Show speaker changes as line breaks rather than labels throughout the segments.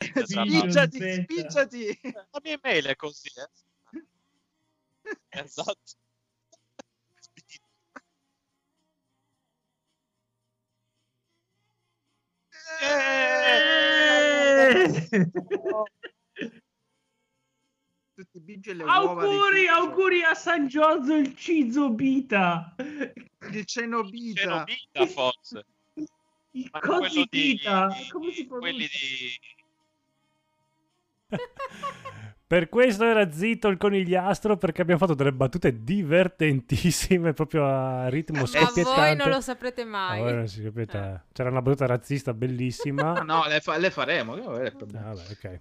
Ah,
tra
Spicciati,
Giorgetta.
spicciati.
La mia email è così, eh. Esatto.
Eh!
Tutti i bigi e le uova.
auguri, auguri a San Giorgio il Cizo Bita.
Il cenobita.
C'era Vita, forse.
Il
Ma
Cozzi
quello di,
Bita.
di-
Come si
quelli
pronuncia?
di...
Per questo era zitto il conigliastro perché abbiamo fatto delle battute divertentissime proprio a ritmo
Ma
scoppiettante.
voi non lo saprete
Ah,
mai. Eh.
voi non si capite. C'era una battuta razzista bellissima.
No, Ah, no, le, fa- le faremo. che non è il
Ah,
problema.
vabbè, ok.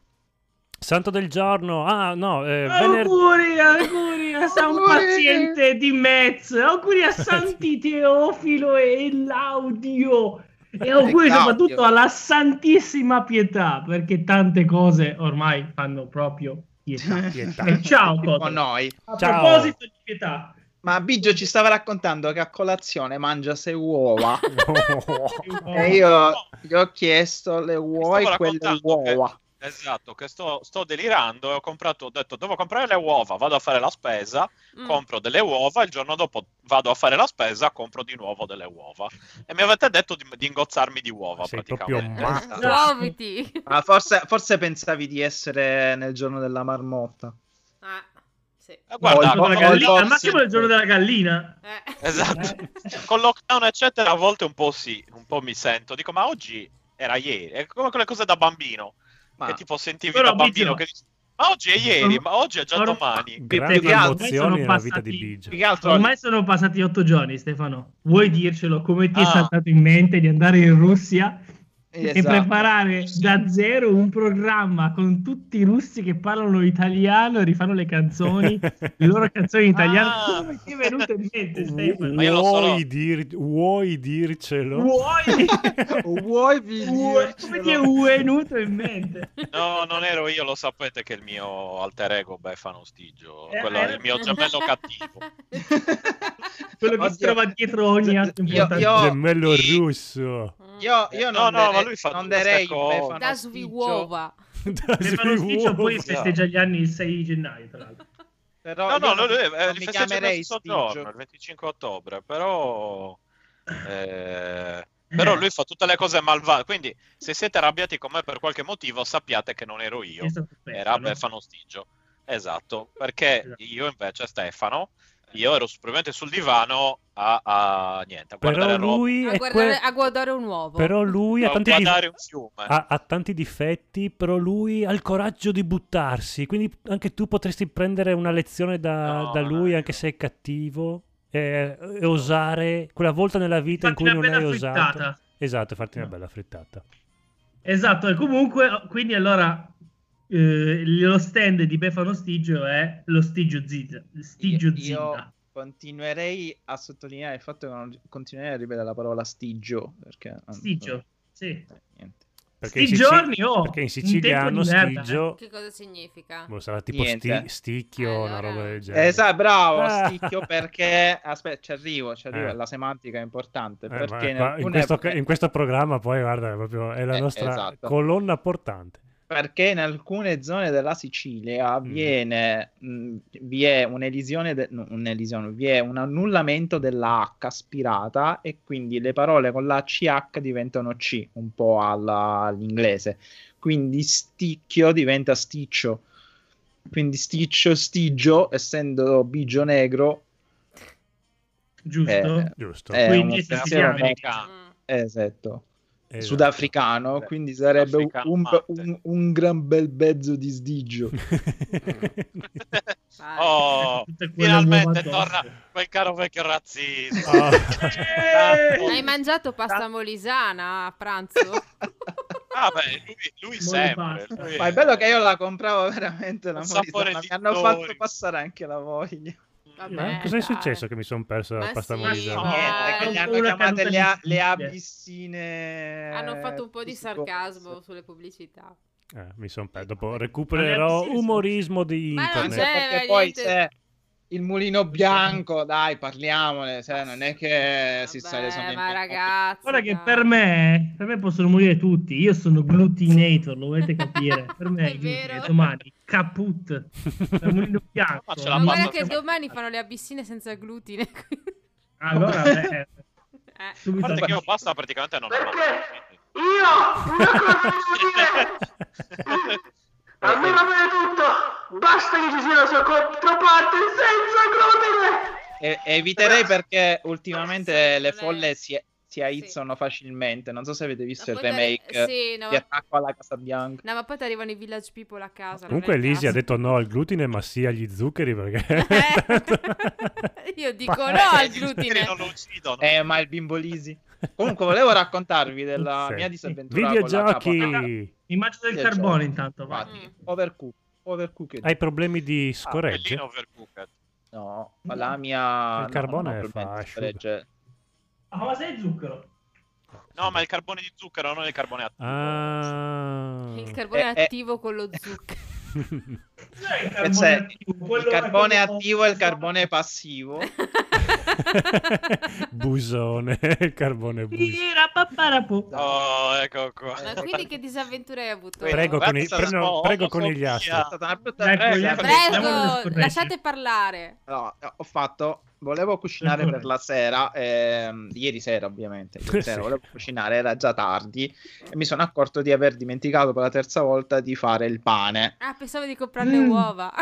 Santo del giorno. Ah, no, eh, venerdì.
Auguri, auguri a San
Auguri.
Paziente di Metz, auguri a Santi Teofilo e Laudio e auguri
Claudio.
soprattutto alla Santissima Pietà perché tante cose ormai fanno proprio pietà.
Pietà.
Eh, ciao,
Tipo
Cotto.
noi.
A
Ciao.
proposito di pietà,
Ma Biggio ci stava raccontando che a colazione mangia sei uova.
Eh,
e
io...
io gli ho chiesto le vuoi
Stavo
quelle
raccontando che-
uova.
Esatto, che sto, sto delirando e ho comprato, ho detto devo comprare le uova, vado a fare la spesa,
Mm.
compro delle uova, il giorno dopo vado a fare la spesa, compro di nuovo delle uova. E mi avete detto di, di ingozzarmi di uova
Sei
praticamente. Eh,
proprio matto.
Muoviti.
Ma forse, forse pensavi di essere nel giorno della marmotta.
Ah, sì.
Eh, guarda,
No, il
con-
no, no,
con-
no.
Al massimo è il giorno della gallina.
Eh.
esatto. con lockdown eccetera a volte un po' sì, un po' mi sento, dico ma oggi era ieri, è come quelle cose da bambino,
Ma
che tipo sentivi
Però,
da bambino
Biggio,
che dici, ma oggi è ieri, ma oggi è già
Ormai-
domani.
più
Grandi
che altro
sono
emozioni nella vita
passati-
di Biggio.
più che altro
Ormai sono passati otto giorni, Stefano. Vuoi dircelo come ti è
Ah.
saltato in mente di andare in Russia e
esatto.
preparare da zero un programma con tutti i russi che parlano italiano e rifanno le canzoni, le loro canzoni in italiano.
Ah.
Come ti è venuto in mente, Stefano?
Ma io lo so,
Vuoi,
no.
dir- vuoi dircelo?
Vuoi?
Vuoi Biggio?
Vuoi- Come ti è venuto in mente?
No, non ero io, lo sapete che il mio alter ego Befano Stigio,
Eh,
quello
eh.
è il mio gemello cattivo.
Quello che si
Oddio.
trova dietro ogni atto
Io-
importante.
io-
Gemello russo.
Mm.
Io, io
Eh, No,
non,
no,
dere-
ma lui fa
non
tutte
darei
ste cose.
Befano
Da sui
Biggio,
uova.
Stefano Sticcio poi
Uova.
festeggia gli anni il 6 gennaio, tra l'altro.
però
No, no, no,
io non-
lui, eh, li
non mi
festeggia nello
chiamerei
stesso
Stigio.
giorno, il 25 ottobre, però... eh, però lui fa tutte le cose malvagie, quindi se siete arrabbiati con me per qualche motivo sappiate che non ero io,
Questo è questo,
era
no?
Befano Stigio. Esatto, perché
Esatto.
io invece, Stefano, io ero probabilmente sul divano a, a niente, a guardare
Però
roba,
lui,
A,
è
guardare,
que-
a guardare un uovo.
però lui ha
a
tanti, Ah,
guardare un fiume.
ha, ha tanti difetti, però lui ha il coraggio di buttarsi. Quindi anche tu potresti prendere una lezione da,
No,
da lui,
no.
anche se è cattivo, e, e osare quella volta nella vita
Infatti
in
una
cui non
bella
hai osato.
frittata.
Esatto, farti una
No.
bella frittata.
Esatto, e comunque, quindi allora eh, lo stand di Befano Stigio è lo Stigio Zita. Stigio
Io-
Zita.
io continuerei a sottolineare il fatto che non continuerei a ripetere la parola stigio perché
Stigio, sì.
Eh, niente.
in
Sti
Sicilia-
giorni, oh,
perché in
un
siciliano
tempo di merda, eh.
stigio
Che cosa significa?
boh, sarà tipo sti,
Niente.
sticchio, una
Allora.
roba del
Eh,
genere.
esatto, bravo
Ah.
sticchio perché aspetta ci arrivo, ci arrivo,
Eh.
la semantica è importante
Eh, ma
perché in,
qua- in,
alcune
questo,
epoche-
in questo programma poi guarda è proprio è la
Eh,
nostra
esatto.
colonna portante
perché in alcune zone della Sicilia
Mm.
avviene, mh, vi è un'elisione, de- no, un'elisione, vi è un annullamento della H aspirata e quindi le parole con la CH diventano C, un po' alla- all'inglese. Quindi sticchio diventa sticcio. Quindi sticcio, stigio, essendo bigio negro,
giusto?
Eh,
giusto
è
Quindi
un
siciliano.
Americano.
Mm.
Esatto.
Esatto.
Sudafricano,
Beh,
quindi sarebbe un,
sudafricano
un-
matte.
un- un gran bel bezzo di stigio.
Vai.
Oh,
Ecco, Tutte quelle
finalmente
uova addosso.
torna quel caro vecchio Cioè, razzismo.
Ah.
Hai mangiato pasta molisana a pranzo?
Ah, beh, lui, lui
Molto
sempre.
basta.
lui
Ma è bello che io la compravo veramente la
Un
molisana,
sapore
mi
di
hanno
fiori.
fatto passare anche la voglia.
Vabbè,
Ma
dai.
cosa è successo che mi sono perso la
Ma
pasta
sì,
molisana?
ma-
Niente, che
è
gli
un
hanno
po' una
chiamate
caduta
le, a-
difficile.
le abissine. boh.
Hanno fatto un po' di
fisicose.
sarcasmo sulle pubblicità.
Eh, mi sono perso dopo
Ma le
recupererò
abissini sono-
umorismo di
Ah, cioè, Ma non
Anche
internet
c'è-
perché
niente.
poi c'è, il mulino bianco, dai, parliamone. se Eh, non è che si
Vabbè,
sta le sono
ma
in-
ragazzi,
Guarda che
dai.
per me, per me possono morire tutti. Io sono glutinator, lo volete capire? Per me,
È
Giulia,
vero.
domani, caput. Da mulino bianco.
Ma ce
Ma
la
guarda
faccio.
che domani fanno le abissine senza glutine.
Allora, beh,
Eh.
subito
Guarda che io basta praticamente non ho
Perché? Io? Una cosa devo dire! Almeno per tutto! Basta che ci sia la sua controparte senza glutine!
E- eviterei perché ultimamente
Sì,
le
non è-
folle si, si aizzano facilmente. Non so se avete visto
Ma
il
poi t'arri-
remake
eh, sì, no.
di Attacco alla Casa Bianca.
No, ma poi ti arrivano i village people a casa. non
Comunque
è il
Lisi ha
caso.
detto no al glutine, ma sì agli zuccheri perché...
Eh. Io dico no al glutine.
non lo uccidono.
Eh, ma il bimbolisi. Comunque, volevo raccontarvi della
Sì.
mia disavventura. con la capa.
Videogiochi!
Mi mangio del
Sì,
carbone
certo.
intanto, va.
Infatti,
Mm.
overcook. overcooked.
Hai problemi di
Bellino
scoregge?
overcooked.
No, ma la mia.
Il carbone
no, no,
fa
probabilmente
asciuga.
regge-
Ah, ma sei zucchero?
No, ma il carbone di zucchero, non il carbone attivo.
Ah...
Il carbone
Eh, eh.
attivo con lo zucchero.
Cos'è Eh, il
E
carbone
c'è
attivo?
il
Quello-
carbone
quello-
attivo e il carbone passivo.
busone, il carbone busone.
Tira, paparapo.
Oh, ecco qua.
Ma quindi che disavventura hai avuto?
Prego,
Guarda,
con i-
sta-
prego-
no,
prego con
omofobia.
gli astri.
È stata una brutta
Dai,
presa.
quelli-
Prego,
Scorreggi.
lasciate parlare.
No, ho fatto. Volevo cucinare per la sera, ehm, ieri sera ovviamente, ieri sera
Sì.
volevo cucinare, era già tardi e mi sono accorto di aver dimenticato per la terza volta di fare il pane,
Ah, pensavo di comprare le
Mm.
uova.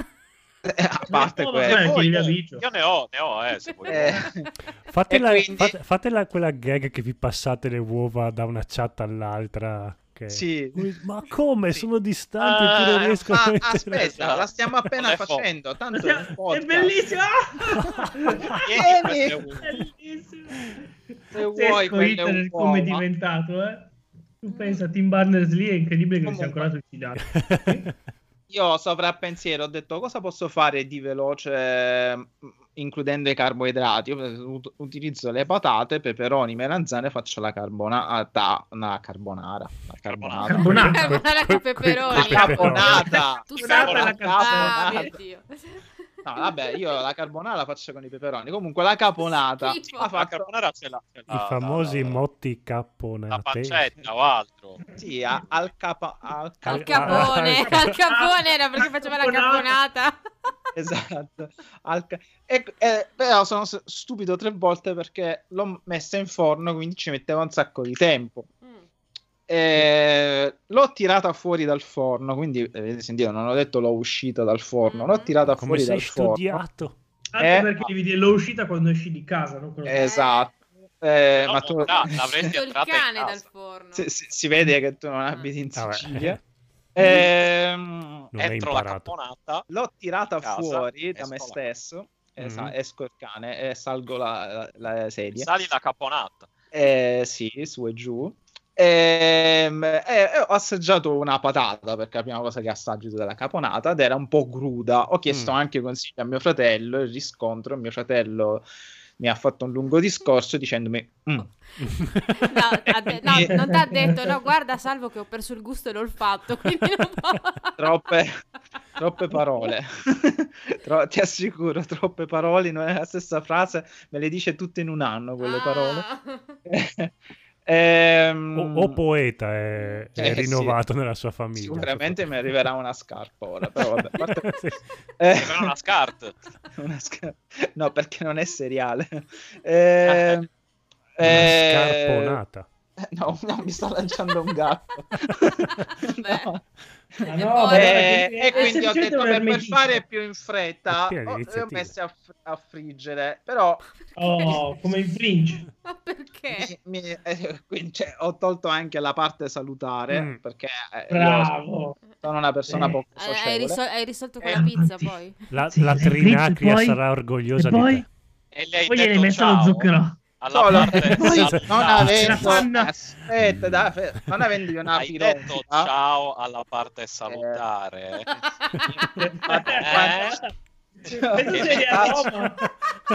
a parte
Ma
quello.
vabbè, chiedi a Biggio.
Io ne ho, ne ho, eh, se vuoi.
Eh,
Fatela,
E quindi-
fate- fatela quella gag che vi passate le uova da una chat all'altra. che-
sì.
Ui, Ma come?
Sì.
Sono distanti eppure
Ah,
riesco
Ma
a mettere-
aspetta, la stiamo appena
Non è fo-
facendo, tanto è un
Cioè, È
podcast.
bellissimo!
Vieni,
bellissimo.
Se vuoi,
Sesco Hitler,
quello è un
come è
uomo.
diventato, eh? Tu pensa, Tim Burners lì è incredibile che si sia
Comunque.
ancora suicidato.
Io sovrappensiero ho detto cosa posso fare di veloce eh, includendo i carboidrati. Io eh, ut- utilizzo le patate, peperoni, melanzane, faccio la carbonata, una carbonara, la carbonata.
Carbonara.
Carbonara
Que-
con
que-
peperoni.
La carbonata.
Tu
Carbonara
sai
è
la
la
Ah,
carbonata.
mio Dio.
No, vabbè, io la carbonara la faccio con i peperoni. Comunque la caponata
Schifo.
la
La
faccio
carbonara ce l'ha. ce l'ha,
I
la-
Ah,
famosi
la-
motti
La
capponate.
pancetta o altro.
sì, ah, a- al, capa- al
Cal-
Al
cap-
capone,
Ah,
al capone era perché faceva la
Carbonata.
carbonata.
Esatto. Al ca- e- e- però sono s- stupido tre volte perché l'ho messa in forno, quindi ci metteva un sacco di tempo.
Mm.
Eh, l'ho tirata fuori dal forno, quindi eh, avete sentito, non ho detto l'ho uscita dal forno, l'ho tirata
Come
fuori
sei
dal forno.
studiato?
Anche
Eh.
perché devi dire l'ho uscita quando esci di casa, non quello-
Esatto. Eh,
No,
ma tu...
no, l'avresti
Tutto il
entrata in
cane dal
casa.
forno.
si, si- si vede che tu non abiti in
Vabbè.
Sicilia. Ehm,
Non hai
Entro la
imparato.
caponata.
l'ho tirata
Casa,
fuori da
esco
me
la-
stesso. Esa-
Mm.
esco il cane e salgo la, la- la sedia.
Sali la caponata.
Eh, sì, su e giù. Ehm, eh, eh, ho assaggiato una patata perché è la prima cosa che assaggio della caponata ed era un po' cruda. Ho chiesto
Mm.
anche consigli a mio fratello, il riscontro, mio fratello mi ha fatto un lungo discorso dicendomi "Mm,
No, ha de-
Eh,
no, non ti ha detto, no, guarda, salvo che ho perso il gusto e l'olfatto, quindi non può-
Troppe- troppe parole. Tro- ti assicuro, troppe parole, non è la stessa frase, me le dice tutte in un anno quelle
Ah.
parole. Ehm,
O, o poeta è, è
Eh, sì.
rinnovato nella sua famiglia.
Sicuramente mi arriverà una scarpa ora, però vabbè, a parte-
Sì.
Eh,
Però una scart.
una sca- No, perché non è seriale. Eh,
Una
eh,
Una scarponata.
No, no, mi sta lanciando un gatto.
Beh.
Ah,
No.
no,
E poi-
allora
Eh,
che-
e quindi ho
Essere
detto per, per
vermelhista.
fare più in fretta
È piena
ho,
di
le ho
iniziative.
messe a, fr- a friggere però
Oh, come in
Eh,
Fringe.
Ma perché?
mi- mi- eh, quindi, cioè, ho tolto anche la parte salutare
Mm.
perché eh, io
Bravo.
sono una persona
Eh.
poco
Hai- Hai, risol-
socievole
hai risolto
Eh,
quella pizza
anzi.
poi?
La,
Sì,
la
sì,
Trinacria
poi-
sarà orgogliosa
e poi-
di te.
E lei
Poi gli hai messo lo zucchero.
alla
Solo-
parte
Poi
alla-
eh, non
ciao.
ce la
avendo
fanno.
aspetta dai, fe- non avendo io una
hai detto
pirofila
ciao alla parte salutare.
Eh. Cioè,
Cioè, E tu sei a Roma.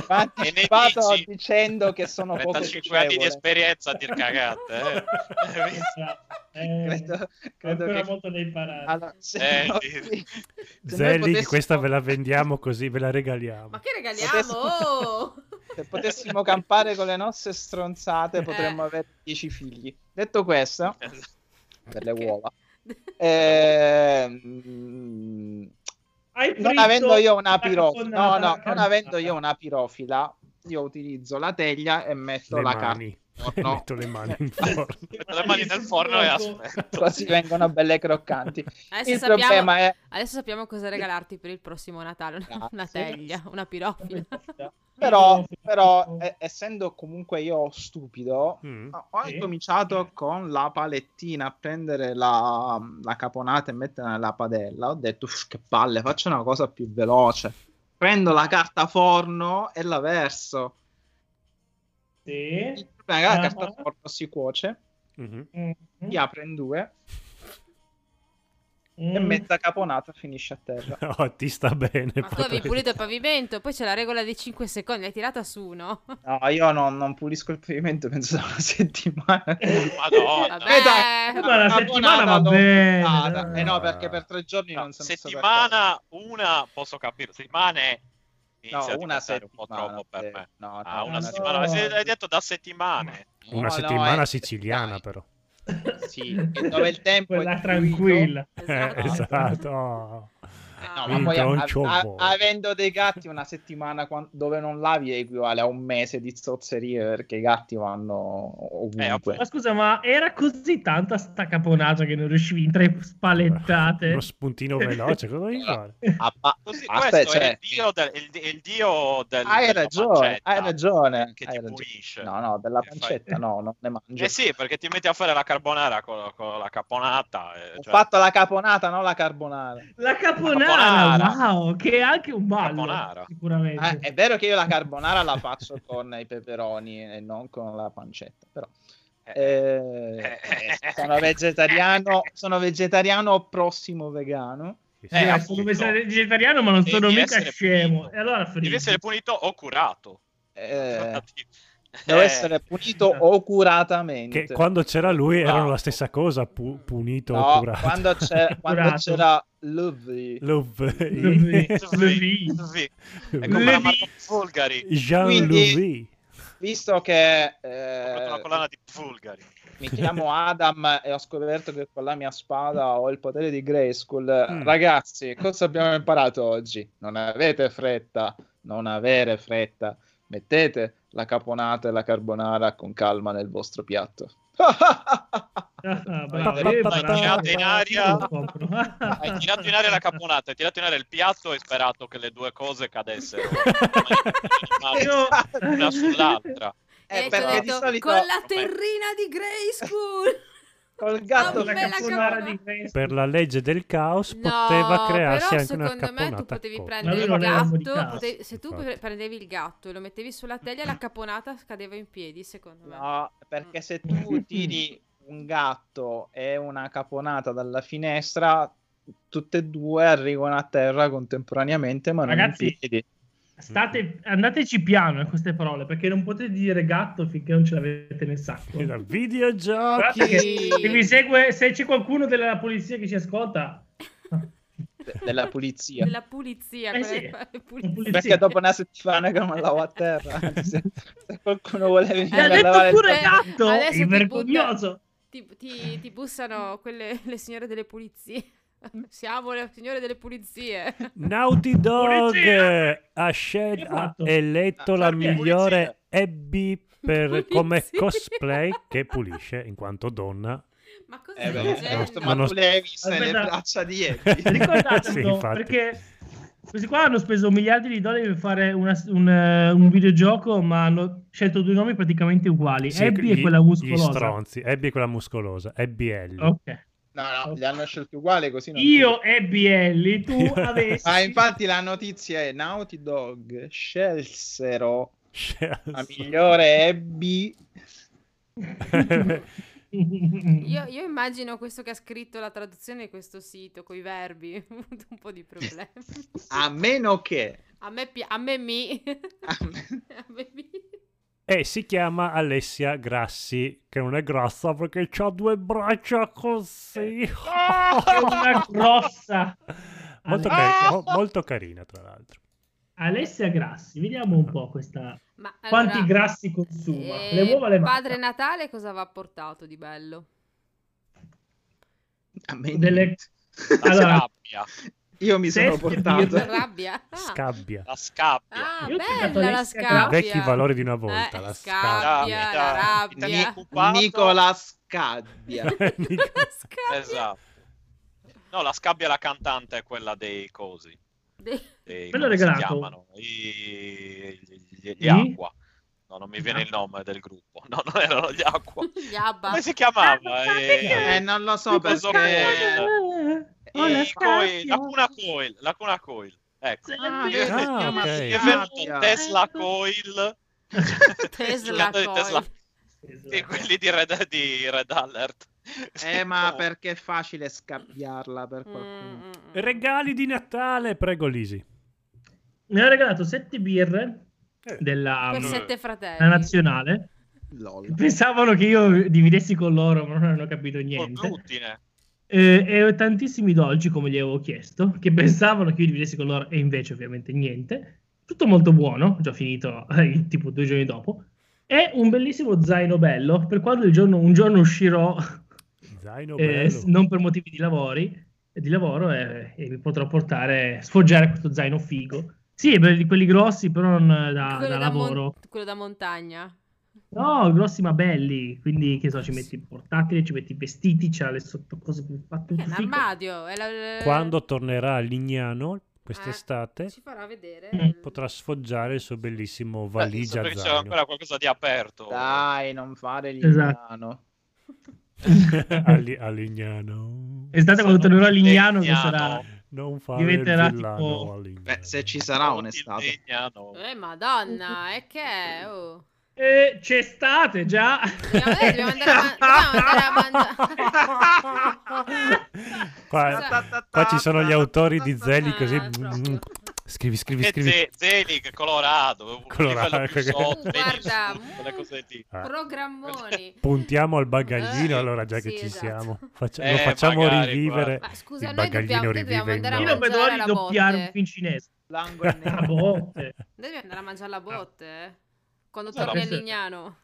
Va anticipato
dici.
dicendo che sono poco
35 anni di
socievole.
esperienza a dir cagate. eh.
Eh,
Credo, credo
ancora
che...
molto da imparare.
Allora, se
Eh,
noi-
sì.
se noi
Zelli,
potessimo-
questa ve la vendiamo così, ve la regaliamo.
Ma che regaliamo? Oh!
Se potessimo campare con le nostre stronzate potremmo
Eh.
avere 10 figli. Detto questo,
Eh,
per le
Ok.
uova, ehm,
Hai
non
fritto
avendo io
la
una pirofila, no,
cannata,
no,
la
non
cannata.
avendo io una pirofila, io utilizzo la teglia e metto
le
la carne.
mani.
no.
Metto le mani in forno.
Metto le mani nel forno e aspetto.
Così vengono belle croccanti.
Adesso,
Il
sappiamo,
problema è
adesso sappiamo cosa regalarti per il prossimo Natale. Una, una
Grazie.
teglia, una pirofila.
però, però, eh, essendo comunque io stupido,
Mm.
ho ho
Sì.
cominciato con la palettina a prendere la, la caponata e metterla nella padella. Ho detto "Uff, che palle, faccio una cosa più veloce. Prendo la carta forno e la verso.
Sì.
Il problema è che la
Ah.
carta forno si cuoce,
Mhm.
Mm.
si apre in due
Mm.
e mezza caponata finisce a terra.
Oh, ti sta bene.
Ma tu avevi
Patrizio.
pulito il pavimento, poi c'è la regola dei 5 secondi, l'hai tirata su, no?
No, io non, non pulisco il pavimento, penso da una settimana.
Madonna.
Vabbè,
Eh, dai.
Eh, Ma la
La
settimana va
buonata
bene.
Ah,
dai.
eh no, perché per tre giorni non sono stato a casa.
settimana una posso capire, settimane
No,
inizia a
una
diventare un po'
settimana,
troppo per
sì.
me.
No,
Ah,
no,
una
no.
settimana, ma se- hai detto da settimane.
no,
Una
no,
settimana
eh,
siciliana,
dai,
però.
Sì, e dove il tempo è
Quella
fluido.
tranquilla.
Esatto.
Eh, esatto. Oh.
No, ma
Ah.
poi
Minchia,
a-
un ciò
a-
vuoi.
avendo dei gatti una settimana quan- dove non lavi equivale a un mese di zozzerie perché i gatti vanno
Eh,
ovunque.
Ma scusa, ma era così tanta sta caponata che non riuscivi in tre spalettate?
Uno spuntino veloce, cosa devi fare?
Ah, ma-
Così,
Aspetta,
questo è
cioè-
il dio del, il, il dio del
hai
della
ragione,
pancetta
hai ragione.
che
hai
ti
ragione.
pulisce.
No, no, della
Che fai-
pancetta no, non ne mangio.
Eh sì, perché ti metti a fare la carbonara con, con la caponata. eh,
Ho
cioè,
fatto la caponata, non la carbonara.
La caponara,
Caponara.
wow, che è anche un ballo,
Caponara.
sicuramente.
Eh,
Ah, è vero che io la carbonara la faccio con i peperoni e non con la pancetta, però. Eh, eh, sono vegetariano, sono vegetariano prossimo vegano.
Sì,
Sì,
eh,
sì.
appunto.
sono vegetariano, ma non
Devi
sono mica
essere
scemo.
pulito.
E allora fritti.
Devi essere punito o curato.
Eh, devo
deve
essere punito o curatamente.
Che quando c'era lui erano
Ah.
la stessa cosa, pu- punito
No,
o curato.
quando, c'è- quando
Curato.
c'era Lovely.
Louis.
Louis.
Sì, sì. Cioè, È come la marca
Eh.
Fulgari.
Jean
Quindi-
Louis.
Visto che
Ho comprato una
eh,
collana di Fulgari.
mi chiamo Adam e ho scoperto che con la mia spada ho il potere di Grayskull,
Mm.
ragazzi, cosa abbiamo imparato oggi? Non avete fretta, non avere fretta. Mettete la caponata e la carbonara con calma nel vostro piatto.
Eh,
Ah,
Pa-
bravo,
pa-
io
pa-
imparavo-
girato in aria.
Lo scopro.
Hai tirato in aria la caponata, hai tirato in aria il piatto e sperato che le due cose cadessero
Io-
una sull'altra.
E
Eh,
ci ho
perché di
detto,
solito
con la terrina di Grayskull!
col gatto
Con
la
me la
caponara
capo-
di Crespo.
Per la legge del caos
No,
poteva crearsi
però
anche
secondo
una
me tu
caponata.
potevi
cotta.
prendere
Ma lui
il
non era
gatto,
americano,
potevi- se tu
infatti.
pre- prendevi il gatto e lo mettevi sulla teglia la caponata cadeva in piedi, secondo me.
No, perché se tu tiri un gatto e una caponata dalla finestra, tutte e due arrivano a terra contemporaneamente, ma non
Ragazzi,
in piedi.
State, andateci piano a queste parole perché non potete dire gatto finché non ce l'avete nel sacco.
Era Videogiochi!
Eh?
Guardate che se vi segue, se c'è qualcuno della polizia che ci ascolta,
de- della pulizia.
Della pulizia,
Eh
quella
sì,
che fa le
pulizia.
pulizie.
Perché dopo una settimana che non lavo a terra, anzi, se, se qualcuno vuole
Eh,
venire
ha
a
detto
lavare il
pure-
terra-
pure gatto,
adesso
è
ti
vergognoso.
ti, ti- ti bussano quelle, le signore delle pulizie.
Mm.
Siamo le signore delle pulizie.
Naughty Dog eh,
Polizia!
ha, scel-
Che fatto?
ha eletto la
Ah, perché
migliore Abby per,
Pulizia.
come cosplay che pulisce in quanto donna.
Ma cosa
Eh,
stai
beh,
dicendo?
giusto,
Ma
ma
non-
tu le hai viste
Aspetta.
le braccia di
Sì,
Eddie?
Ricordatelo,
infatti.
perché questi qua hanno speso miliardi di dollari per fare una- un, eh, un videogioco, ma hanno scelto due nomi praticamente uguali.
Sì,
Abby
gli-
e quella
Gli
muscolosa.
stronzi. Abby è quella muscolosa. Abby Ellie.
Ok.
No, no, le hanno scelte uguali così. non-
Io e Bielli, tu
Io-
avessi...
Ah, infatti la notizia è Naughty Dog scelsero
Cioè, Scelso.
la migliore Abby
Io, io immagino questo che ha scritto la traduzione di questo sito con i verbi, ho avuto un po' di problemi.
A meno che...
A me, pi- a me mi.
a me-
A me mi.
E si chiama Alessia Grassi, che non è grassa perché ha due braccia così.
Eh,
È una grossa.
molto,
Ah!
cari- mo- molto carina, tra l'altro.
Alessia Grassi, vediamo un po' questa.
Ma
Quanti
allora,
grassi consuma?
eh,
le uova le mangia?
Padre Natale cosa aveva portato di bello?
a me
Delle-
La
Allora-
scabbia,
Io mi sono
Sette
La
portato...
birre.
rabbia? Ah,
Scabbia.
la scabbia.
ah,
Io ho tirato
bella la
Alessia
I
scabbia.
Grassi.
vecchi valori di una volta.
Eh,
la
scabbia.
scabbia.
la rabbia.
Titanic occupato.
Nicola Scabbia.
La scabbia
Esatto. No, la scabbia è la cantante è quella dei cosi.
dei-
Dei,
Me l'ho
come si
regalato.
chiamano? I- gli, gli- gli
I? Ah.
acqua. No, non mi viene il nome del gruppo. No, non erano gli acqua.
Gli abba.
Come si chiamava?
Ah, ma
Eh,
perché?
Eh, non lo so eh,
Cosa
Eh,
perché...
Oh, la
i coil, la
scabbia.
cuna coil, la cuna coil. Ecco.
Ah,
Io-
si
Ah,
chiama
ok.
Mi
Sì,
è
Scabbia.
venuto Tesla
Ecco.
Coil
Tesla
Giocatore di Tesla.
Coil.
e quelli di Red, di Red Alert.
Eh, ma
Oh,
perché è facile scabbiarla per
Mm,
qualcuno.
mm, mm.
Regali di Natale, prego Lisi.
Mi ha regalato sette birre
Eh.
della
Per
no.
sette fratelli.
della nazionale.
LOL.
Pensavano che io dividessi con loro, ma non hanno capito
col
niente.
glutine.
Eh, e ho tantissimi dolci, come gli avevo chiesto, che pensavano che io dividessi con loro, e invece ovviamente niente. Tutto molto buono, già finito eh, tipo due giorni dopo. E un bellissimo zaino bello, per quando il giorno- un giorno uscirò,
Zaino
eh,
bello.
s- non per motivi di, lavori, di lavoro, eh, e mi potrò portare, sfoggiare questo zaino figo. Sì, belli- quelli grossi, però non da, ah, da
quello, da mon-
lavoro.
quello da montagna.
No, grossi ma belli, quindi che so, ci metti il portatile, ci metti i vestiti, c'ha le sottocose più fatte.
È
tutto
un
figo.
armadio. Eh, è la-
Quando tornerà a Lignano quest'estate,
Eh, ci Eh, farà vedere.
Mm.
il-
potrà sfoggiare il suo bellissimo
Beh, so
valigia
perché c'era
zaino.
ancora qualcosa di aperto.
Dai, non fare l'indiano.
Esatto.
a, Li- a Lignano.
Estate
Sono
quando tornerò a Lignano, che
Lignano.
sarà...
Non fare
Diventerà
il villano
tipo-
a Lignano.
Beh, se ci sarà
Sono
un'estate.
Lignano.
Eh,
Mm.
madonna, e che è? Oh.
Eh, c'è estate già!
Dobbiamo, eh, dobbiamo andare a, dobbiamo andare a mangiare.
qua, qua ci sono gli autori di Zelig così. mm,
Ah, proprio.
Scrivi, scrivi,
Che
scrivi.
Eh, Ze- Zelig, Colorado, un
Colorado,
livello più
che-
sotto,
Guarda, mm.
vedi, su, tutte le cose lì.
Ah.
Programmoni.
Puntiamo al bagaglino,
Eh,
allora già che
sì,
ci
esatto.
siamo. Faccia-
Eh,
lo facciamo
magari,
rivivere.
Ma scusa,
Il
noi
bagaglino
dobbiamo, noi dobbiamo
rivive
andare a
in
Io
no.
non vedo l'ora
mangiare
di
la
doppiare un
botte.
film cinese.
L'angolo
boh,
è nero.
Ah, botte.
Noi dobbiamo andare a mangiare la botte. eh. Quando
Esatto.
torni a
Sì.
Lignano.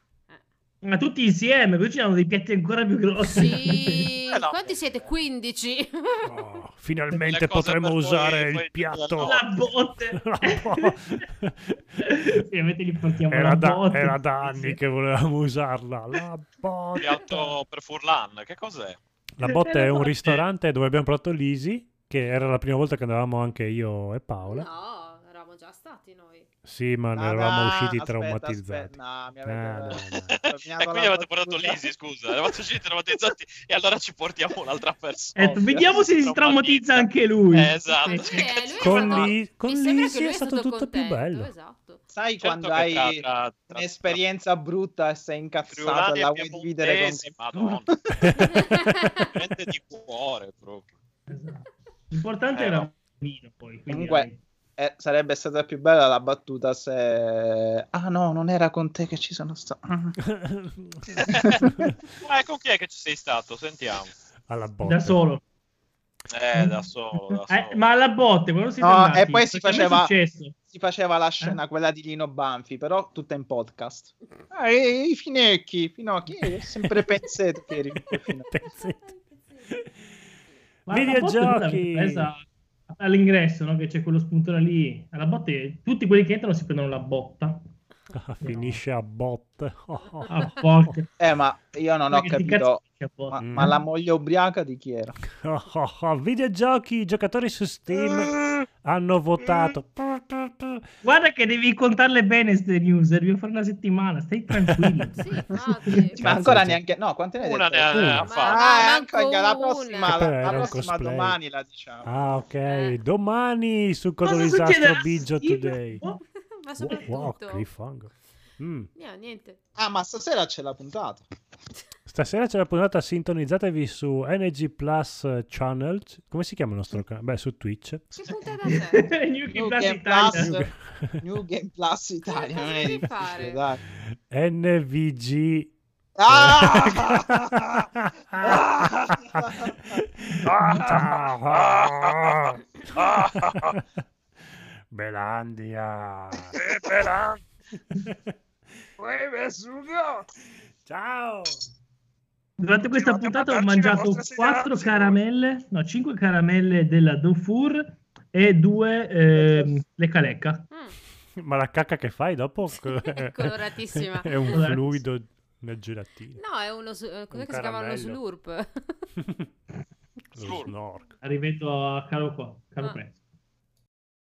Ma tutti insieme, così ci danno dei piatti ancora più grossi.
Sì.
Eh, no.
Quanti siete? 15?
Oh, finalmente
Le cose
potremo
per poi-
usare
poi-
il piatto.
La botte!
La bo-
sì, avete li portiamo
Era
la
da,
botte.
era da anni
Sì.
che volevamo usarla. La botte.
Piatto per Furlan, che cos'è?
La botte è un
Eh,
ristorante dove abbiamo provato l'Isi, che era la prima volta che andavamo anche io e Paola.
No, eravamo già stati noi.
Sì, ma ne
Ah,
eravamo
no,
usciti
aspetta,
traumatizzati.
aspetta, no, mi
Ah, no,
avete-
no.
e
rovinato
quindi
la
avete
battuta.
portato l'Isi, scusa, eravate usciti traumatizzati e allora ci portiamo un'altra persona.
Eh, vediamo se si traumatizza anche lui.
Eh, esatto.
Sì.
Sì, eh, lui è
Con
stato-
lì- con
mi sembra
lì
che
sì,
lui
è stato tutto più
contento,
bello.
Esatto.
Sai
Certo
quando
che
hai
tra- tra- tra-
un'esperienza brutta e sei incazzato
Friulani
e
e
la vuoi dividere con
Piemontesi,
qualcuno?
madonna,
esatto.
gente di cuore proprio.
Esatto. L'importante
Eh,
era
no.
un vino poi. quindi
Comunque-
era-
Eh, sarebbe stata più bella la battuta se... Ah no, non era con te che ci sono stato.
Ma Eh, con chi è che ci sei stato? Sentiamo.
Alla botte.
da solo.
Eh, da solo, da
Eh,
solo.
ma alla botte, quando si
No, e poi si faceva-
È successo?
si faceva la scena, quella di Lino Banfi, però tutta in podcast. Ah, e, e i finecchi, finocchi, eh, sempre pezzetto che eri finocchi.
Pezzetto.
Ma alla botte noi l'abbiamo
Videogiochi.
presa all'ingresso, no? Che c'è quello spuntone lì. Alla botte, tutti quelli che entrano si prendono la botta.
Ah, finisce a botte.
A volte.
Eh, ma io non ho
Perché ti "Ah,
capito.
cazzicchi a volte.
Ma,
Mm.
ma la moglie ubriaca di chi era?
Videogiochi, i giocatori su Steam
Ah.
hanno votato.
Guarda che devi contarle bene ste news, devi fare una settimana, stai tranquillo.
Sì, infatti.
Ma
Cazzo, cioè,
ancora
sì.
neanche. No, quante ne
Una
hai
ne
dette?
ha, ne ha
Ah,
fatta.
Ah,
Ma
ecco,
manco
la
una.
prossima,
Che però
la, la
era un
prossima
cosplay.
domani la diciamo.
Ah, ok.
Eh.
Domani su Codolo
Cosa
Disastro
succederà?
Biggio
Sì,
Today.
oh,
Ma
Oh, wow,
soprattutto...
cliffhanger. Mm,
No, niente.
Ah, ma stasera c'è la puntata.
Stasera c'è la puntata sintonizzatevi su NG Plus Channel. c- Come si chiama il nostro canale? Beh, su Twitch.
Che puntata c'è?
New Kid
New
Plus
Game
Italia.
Plus. New Game Plus Italia, non è
Cosa devi
difficile,
fare?
dai.
NVG.
Ah! Ah!
Belandia.
eh,
Ciao.
Durante questa puntata ho mangiato 4 caramelle, no, 5 caramelle della Dofur e 2 ehm, lecca lecca.
Mm,
Ma la cacca che fai dopo?
È coloratissima.
È un fluido, una gelatina.
No, è uno. su- eh, Cos'è
Un
che si chiama uno
caramello.
slurp?
Lo snork.
Arrivedo a caro, qua, caro
Ah.
prezzo.